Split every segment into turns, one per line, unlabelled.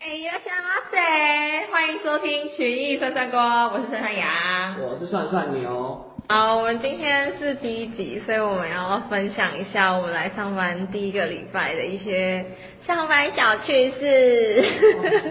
哎呀，小毛仔，欢迎收听曲艺涮涮锅，我是涮涮羊。
我是涮涮牛。
好，我们今天是第一集，所以我们要分享一下我们来上班第一个礼拜的一些上班小趣事。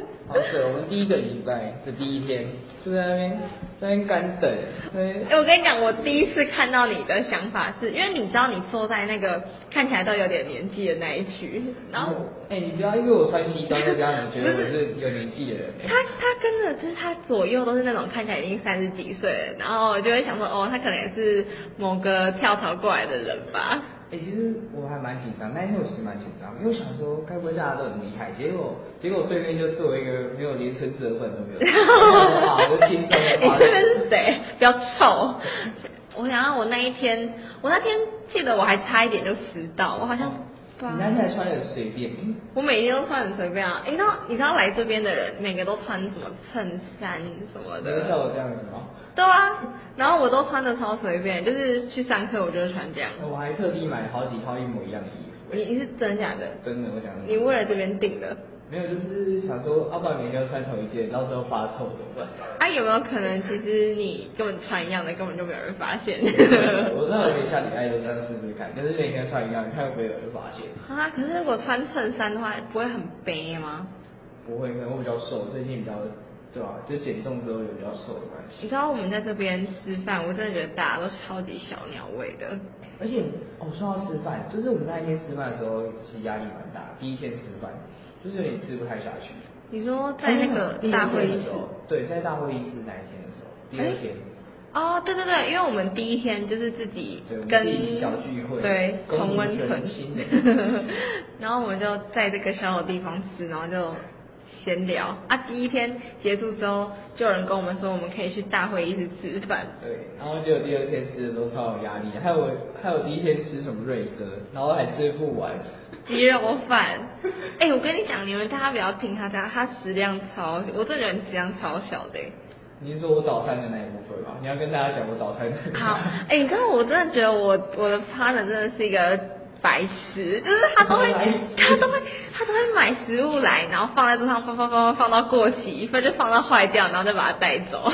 好，对，我们第一个礼拜的第一天就在那边在那边干等，那边
哎我跟你讲，我第一次看到你的想法是，因为你知道你坐在那个看起来都有点年纪的那一区，然后
哎、你不要因为我穿西装就这样，你觉得我是有年纪的人。
他他跟着就是他左右都是那种看起来已经三十几岁了，然后我就会想说，哦，他可能也是某个跳槽过来的人吧。
哎、其实我还蛮紧张，那一天我是蛮紧张，因为我想说，该不会大家都很厉害？结果结果对面就坐一个没有连孙子的粉都没有， 好，我就轻松的
哎你这边是谁？比较臭。我想想，我那一天，我那天记得我还差一点就迟到，我好像。
你那天还穿的很随便，
我每天都穿很随便啊，你知道你知道来这边的人每个都穿什么衬衫什么
你要
的，
像我这样子吗？
对啊，然后我都穿的超随便，就是去上课我就穿这样。
哦我还特地买了好几套一模一样的衣服、
你你是真假的？
真的，我讲
你为了这边定的？
没有，就是想说，啊要、不然每天都穿同一件，到时候发臭怎么 办？
啊，有没有可能其实你根本穿一样的，根本就没有人发现？
我那我可以下礼拜就这样试试看，就是每天穿一样，看会不会有人发现。
啊，可是如果穿衬衫的话，不会很悲吗？
不会，可能我比较瘦，最近比较对吧、就减重之后有比较瘦的关
你
系。
知道我们在这边吃饭，我真的觉得大家都超级小鸟胃的。
而且哦，说到吃饭，就是我们那一天吃饭的时候，其实压力蛮大。第一天吃饭就是有点吃不太下去。
你说在那个
第一天
大会议
的时
室？
候，对，在大会议室那一天的时候，第二天。
哦，对对对，因为我们第一天就是自己
对我们
跟
自己小聚会
对，
恭
同
迎
温
全
层
新的，
然后我们就在这个小的地方吃，然后就闲聊啊。第一天结束之后，就有人跟我们说，我们可以去大会议室吃饭。
对，然后结果第二天吃的都超有压力，还有还有第一天吃什么瑞哥，然后还吃不完。
鸡肉饭， 哎、我跟你讲，你们大家不要听他这样，他食量超，我这人食量超小的、欸
你是说我早餐的那一部分吗？你要跟大家讲我早餐的那一部 分。
好，哎、你知道我真的觉得我我的 partner 真的是一个白痴，就是他都会他都会他都会买食物来，然后放在桌上放放放放放到过期，不然就放到坏掉，然后再把它带走，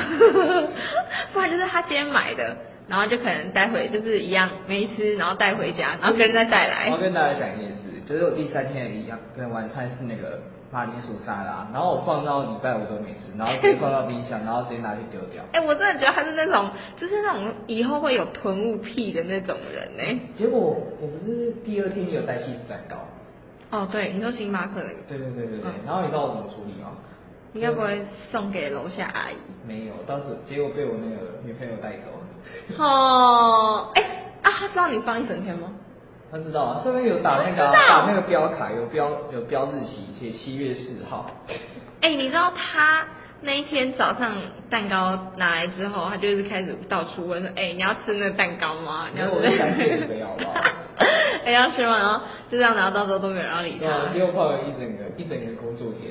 不然就是他今天买的。然后就可能带回，就是一样没吃，然后带回家，然后跟人再带来
我要。跟大家讲一件事，就是我第三天一样，跟晚餐是那个马铃薯沙拉，然后我放到礼拜五都没吃，然后直接放到冰箱，然后直接拿去丢 掉。
哎、我真的觉得他是那种，就是那种以后会有囤物癖的那种人呢、
结果我不是第二天也有带起司蛋糕，
哦，对，你说星巴克那个，
对对对对对
嗯，
然后你知道我怎么处理吗？
你该不会送给楼下阿姨？
没有，当时结果被我那个女朋友带走。
哦，哎、啊，他知道你放一整天吗？
他知道啊，上面有打那个、
我知道
打那个标卡，有标有标日期，写七月四号。
哎、你知道他那一天早上蛋糕拿来之后，他就是开始到处问说，哎、你要吃那个蛋糕吗？你
没
要
有，
吃
我是想减肥好不好？
哎、要吃吗？然后就这样，然后到时候都没有人要理
对啊，
他。
又放了一整个一整个工作天，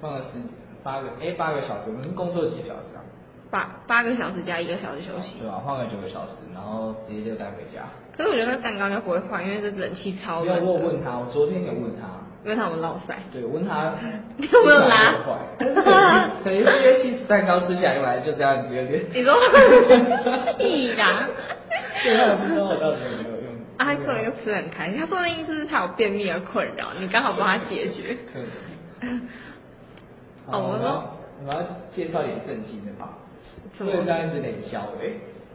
放了十八个哎八个小时，我们工作几个小时啊？
八八个小时加一个小时休息。
对吧、啊放了九个小时，然后直接就带回家。
可是我觉得那蛋糕应该不会坏，因为这冷气超
没有，
冷
我有
的，
问他，我昨天有问他，
因为他们落 晒。
对，我问他
你 有没有拿
吃起来会不会坏但是可能是因为起司蛋糕吃起来本来就这样子，有点。
你说 屁啦！
对，他也不知道我到底有没有用。
啊，他做一个吃得很开心，他说那意思是他有便秘的困扰，你刚好帮他解决。
可能。
哦我说
好我们要介绍点正经的吧，
什
不
么
能这样子脸消哎。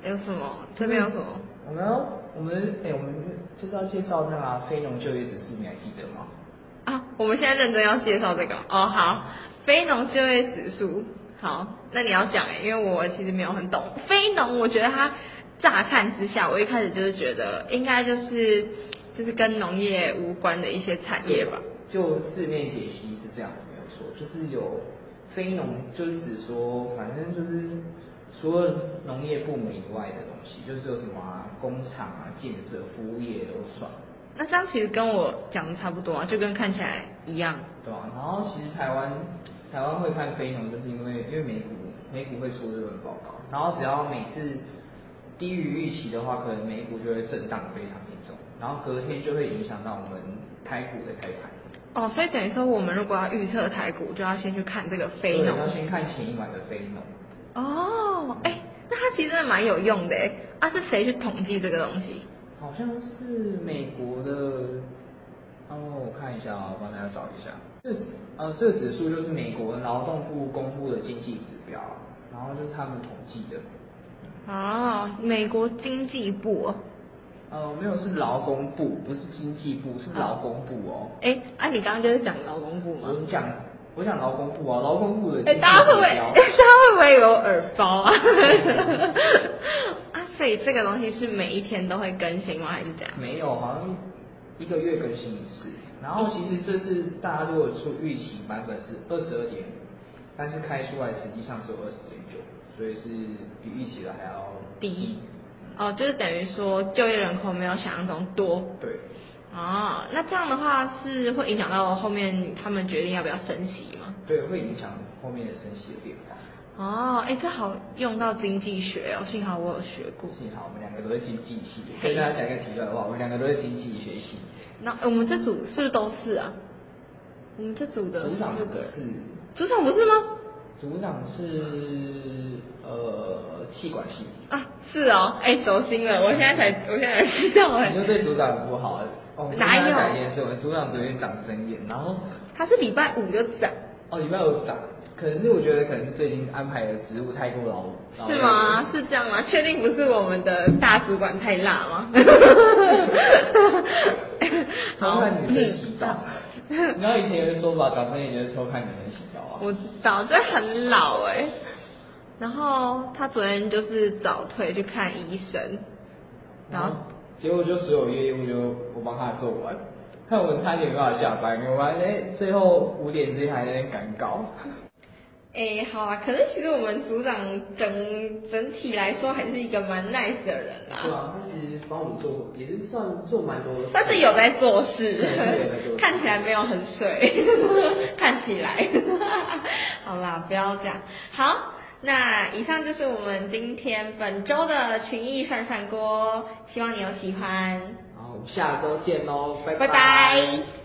有什么？这边有什么？
我们要我们哎、我们就是要介绍那个、啊、非农就业指数，你还记得吗？
啊，我们现在认真要介绍这个哦。好，非农就业指数，好，那你要讲哎、因为我其实没有很懂非农。我觉得它乍看之下，我一开始就是觉得应该就是就是跟农业无关的一些产业吧。
就字面解析是这样子，没有错，就是有非农，就是指说反正就是除了农业部门以外的东西，就是有什么、啊、工厂啊、建设、服务业都算。
那这样其实跟我讲的差不多啊，就跟看起来一样。
对啊，然后其实台湾台湾会看非农，就是因为因为美股美股会出这份报告，然后只要每次低于预期的话，可能美股就会震荡非常严重，然后隔天就会影响到我们台股的开盘。
哦，所以等于说我们如果要预测台股，就要先去看这个非农
对要啊先看前一晚的非农。
哦，哎、那它其实真的蛮有用的哎。啊，是谁去统计这个东西？
好像是美国的，哦，我看一下啊，我帮大家找一下。这呃，这个指数就是美国劳动部公布的经济指标，然后就是他们统计的。
哦，美国经济部、哦。
呃，没有是劳工部，不是经济部，是劳工部哦。
哎、啊，你刚刚就是讲劳工部吗？
我讲我讲劳工部哦，劳工部的经
哎、
济指
大家会不会，
标
大。家会不会有耳包啊？ 啊，所以这个东西是每一天都会更新吗？还是怎样？
没有，好像一个月更新一次。然后其实这次大家如果出预期版本是二十二点，但是开出来实际上只有二十点九，所以是比预期的还要
低。哦，就是等于说就业人口没有想象中多。
对，
哦，那这样的话是会影响到后面他们决定要不要升息吗？
对，会影响后面的升息的变化。
哦，哎，这好用到经济学哦，幸好我有学过。
幸好我们两个都是经济系，跟大家讲一个题外话，我们两个都是经济学系。
那我们这组是不是都是啊？我们这组的
组长
四
是
个人，组长不是吗？
组长是呃气管系，
啊，是哦，哎，走心了，我现在才，我现在才知道哎
哦你，就对组长不好。哦，我跟
哪
大
有
家讲一件事，我们组长昨天长针眼，然后
他是礼拜五就涨，
哦，礼拜有涨，可能是我觉得可能是最近安排的职务太过劳，劳累
是吗？是这样吗？确定不是我们的大主管太辣 吗？
偷
好，
看女生洗澡
嗯。
你知道以前有一个说法，长针眼就是偷看女生洗澡啊。
我知道，这很老哎、然后他昨天就是早退去看医生，然
哦
后
结果就所有业务就我帮他做完，看我们差点没办法下班，我们哎最后五点之前还在那边赶稿。
哎、好啊，可是其实我们组长整整体来说还是一个蛮 nice 的人啦、
对啊，他其实帮我们做，也是算做蛮多的事。
但是有在做事
对有在做，事
看起来没有很水， 看起来。 好啦，不要这样。好，那以上就是我们今天本周的群艺涮涮锅，希望你有喜欢，
好，我们下周见喽，
拜拜